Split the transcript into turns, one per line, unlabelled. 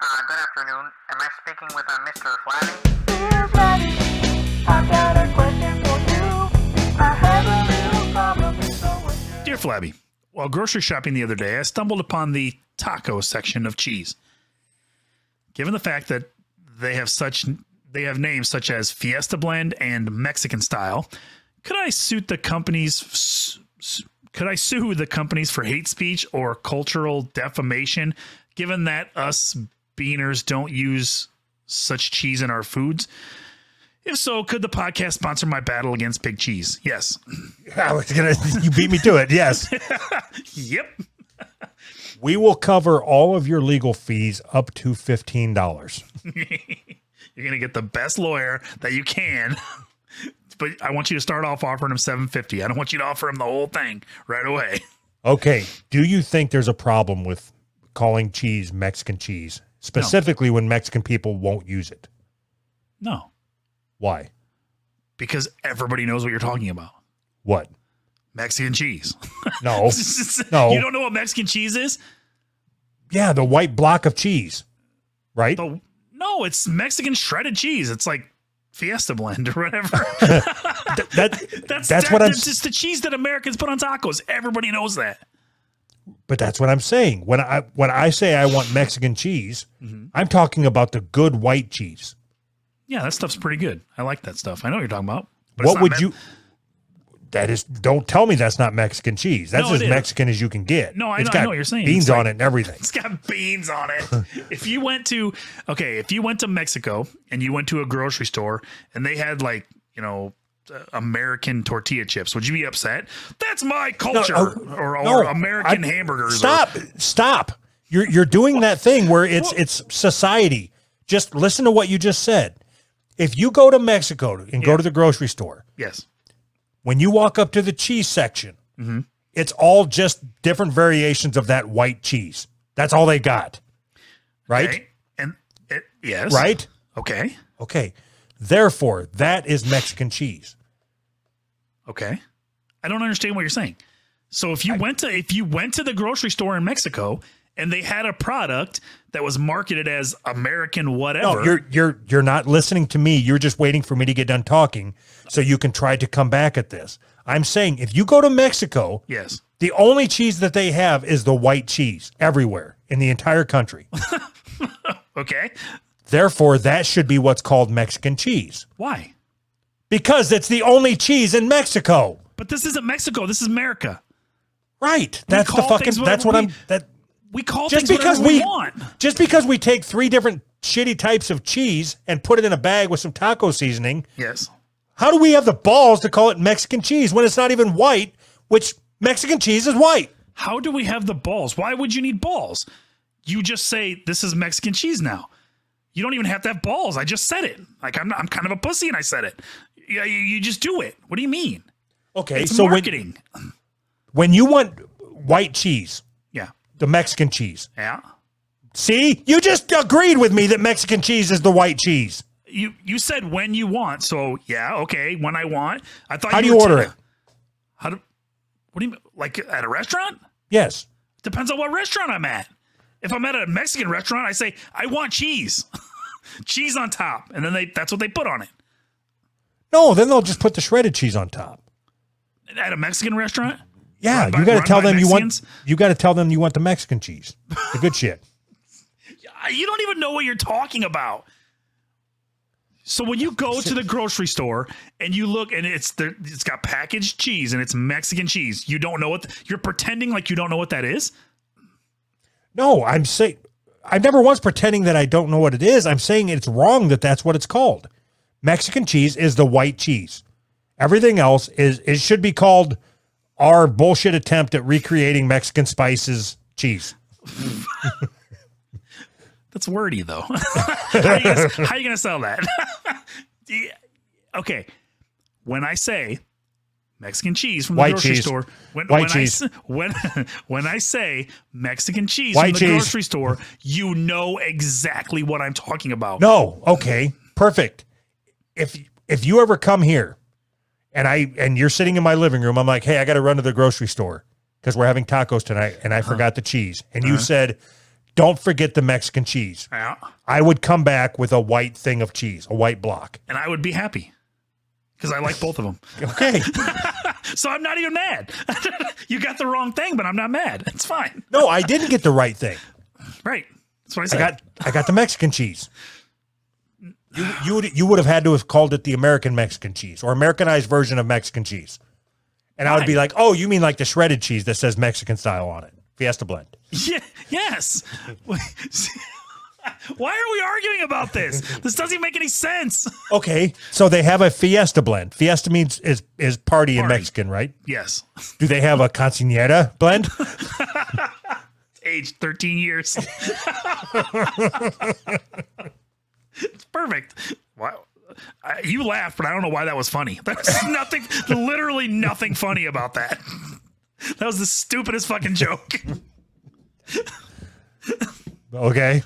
Uh, good afternoon. Am I speaking with uh, Mr. Flatty?
Dear Freddy, I've got a question for you. I have a little problem, and so would you.
Dear Flabby, while grocery shopping the other day, I stumbled upon the taco section of cheese. Given the fact that they have such they have names such as Fiesta Blend and Mexican Style, could I suit the companies s- s- could I sue the companies for hate speech or cultural defamation given that us beaners don't use such cheese in our foods? If so, could the podcast sponsor my battle against big cheese? Yes.
I was gonna. You beat me to it. Yes,
Yep.
we will cover all of your legal fees up to fifteen dollars.
You're gonna get the best lawyer that you can. But I want you to start off offering him 750. I don't want you to offer him the whole thing right away.
Okay. Do you think there's a problem with calling cheese Mexican cheese, specifically when Mexican people won't use it?
No,
Why?
because everybody knows what you're talking about.
What?
Mexican cheese.
No. No.
You don't know what Mexican cheese is?
yeah, the white block of cheese, right?
The, no, it's Mexican shredded cheese. It's like Fiesta blend or whatever.
That
that's
that's, what I'm.
That's
s-
just the cheese that Americans put on tacos. Everybody knows that.
But that's what I'm saying. When I when I say I want Mexican cheese, I'm talking about the good white cheese.
Yeah, that stuff's pretty good. I like that stuff. I know what you're talking about. but it's
what
not
would
me-
you? That is. Don't tell me that's not Mexican cheese. That's
No, it
as
is.
Mexican as you can get.
No, I
It's
know- I
got
know what you're saying.
Beans
It's like-
on it and everything.
It's got beans on it. if you went to okay, if you went to Mexico and you went to a grocery store and they had like you know uh, American tortilla chips, would you be upset? That's my culture,
uh,
or, or
no,
American
I-
hamburgers. or-
Stop! Stop! You're you're doing that thing where it's it's society. Just listen to what you just said. If you go to Mexico and go to the grocery store,
yes,
when you walk up to the cheese section,
Mm-hmm.
it's all just different variations of that white cheese. That's all they got. Right?
okay? and it, yes,
Right?
Okay,
Okay. Therefore, that is Mexican cheese.
okay. I don't understand what you're saying. So if you went to if you went to the grocery store in Mexico and they had a product that was marketed as American whatever,
No, you're you're you're not listening to me. You're just waiting for me to get done talking so you can try to come back at this. I'm saying if you go to Mexico,
yes.
the only cheese that they have is the white cheese everywhere in the entire country.
Okay.
Therefore, that should be what's called Mexican cheese
Why?
because it's the only cheese in Mexico.
But this isn't Mexico. This is America.
Right. That's the
call
fucking
things whatever
that's what
we-
I'm that
We call
just
things
because
whatever we,
we
want.
just because we take three different shitty types of cheese and put it in a bag with some taco seasoning,
Yes.
how do we have the balls to call it Mexican cheese when it's not even white, which Mexican cheese is white?
How do we have the balls? Why would you need balls? You just say this is Mexican cheese now. You don't even have to have balls. I just said it. Like I'm, not, I'm kind of a pussy and I said it. Yeah, you, you just do it. What do you mean?
Okay,
It's
so when,
marketing.
when you want white cheese,
yeah.
the Mexican cheese.
Yeah.
See? You just agreed with me that Mexican cheese is the white cheese.
You you said when you want. So yeah, okay. When I want. I thought.
How do
were
you order
t-
it?
How do? What do you mean? Like at a restaurant?
Yes.
Depends on what restaurant I'm at. If I'm at a Mexican restaurant, I say I want cheese, cheese on top, and then they—that's what they put on it.
No, then they'll just put the shredded cheese on top.
At a Mexican restaurant,
Yeah,
Run by-
you got
run
to tell
by
them
Mexicans?
you want you got to tell them you want the Mexican cheese. The good shit.
I- you don't even know what you're talking about. So when you go to the grocery store and you look, and it's the, it's got packaged cheese and it's Mexican cheese, you don't know what th- you're pretending like you don't know what that is.
No, I'm saying I'm never once pretending that I don't know what it is. I'm saying it's wrong that that's what it's called. Mexican cheese is the white cheese. Everything else is it should be called our bullshit attempt at recreating Mexican spices cheese.
That's wordy though. how, are you gonna, how you gonna sell that? Yeah. okay. When I say Mexican cheese from the
White
grocery
cheese.
store, when,
White
when
cheese.
I, s- when when I say Mexican cheese
White
from the
cheese.
grocery store, you know exactly what I'm talking about.
No, okay, perfect. If if you ever come here, and I and you're sitting in my living room, I'm like, hey, I got to run to the grocery store because we're having tacos tonight, and I forgot the cheese. And you said, Don't forget the Mexican cheese.
Yeah.
I would come back with a white thing of cheese, a white block.
And I would be happy because I like both of them.
Okay.
So I'm not even mad. you got the wrong thing, but I'm not mad. It's fine.
no, I didn't get the right thing.
Right. That's what I
I
said.
got I got the Mexican cheese. You you would, you would have had to have called it the American Mexican cheese or Americanized version of Mexican cheese. And I would be
Fine.
like, "Oh, you mean like the shredded cheese that says Mexican style on it. Fiesta blend."
yeah, yes. Why are we arguing about this? This doesn't make any sense.
Okay. So they have a Fiesta blend. Fiesta means is is party, in
Party.
Mexican, right?
Yes.
Do they have a cancionera blend?
Aged 13 years. it's perfect. Wow. I, you laughed, but I don't know why that was funny. There was nothing, literally nothing funny about that. That was the stupidest fucking joke.
Okay.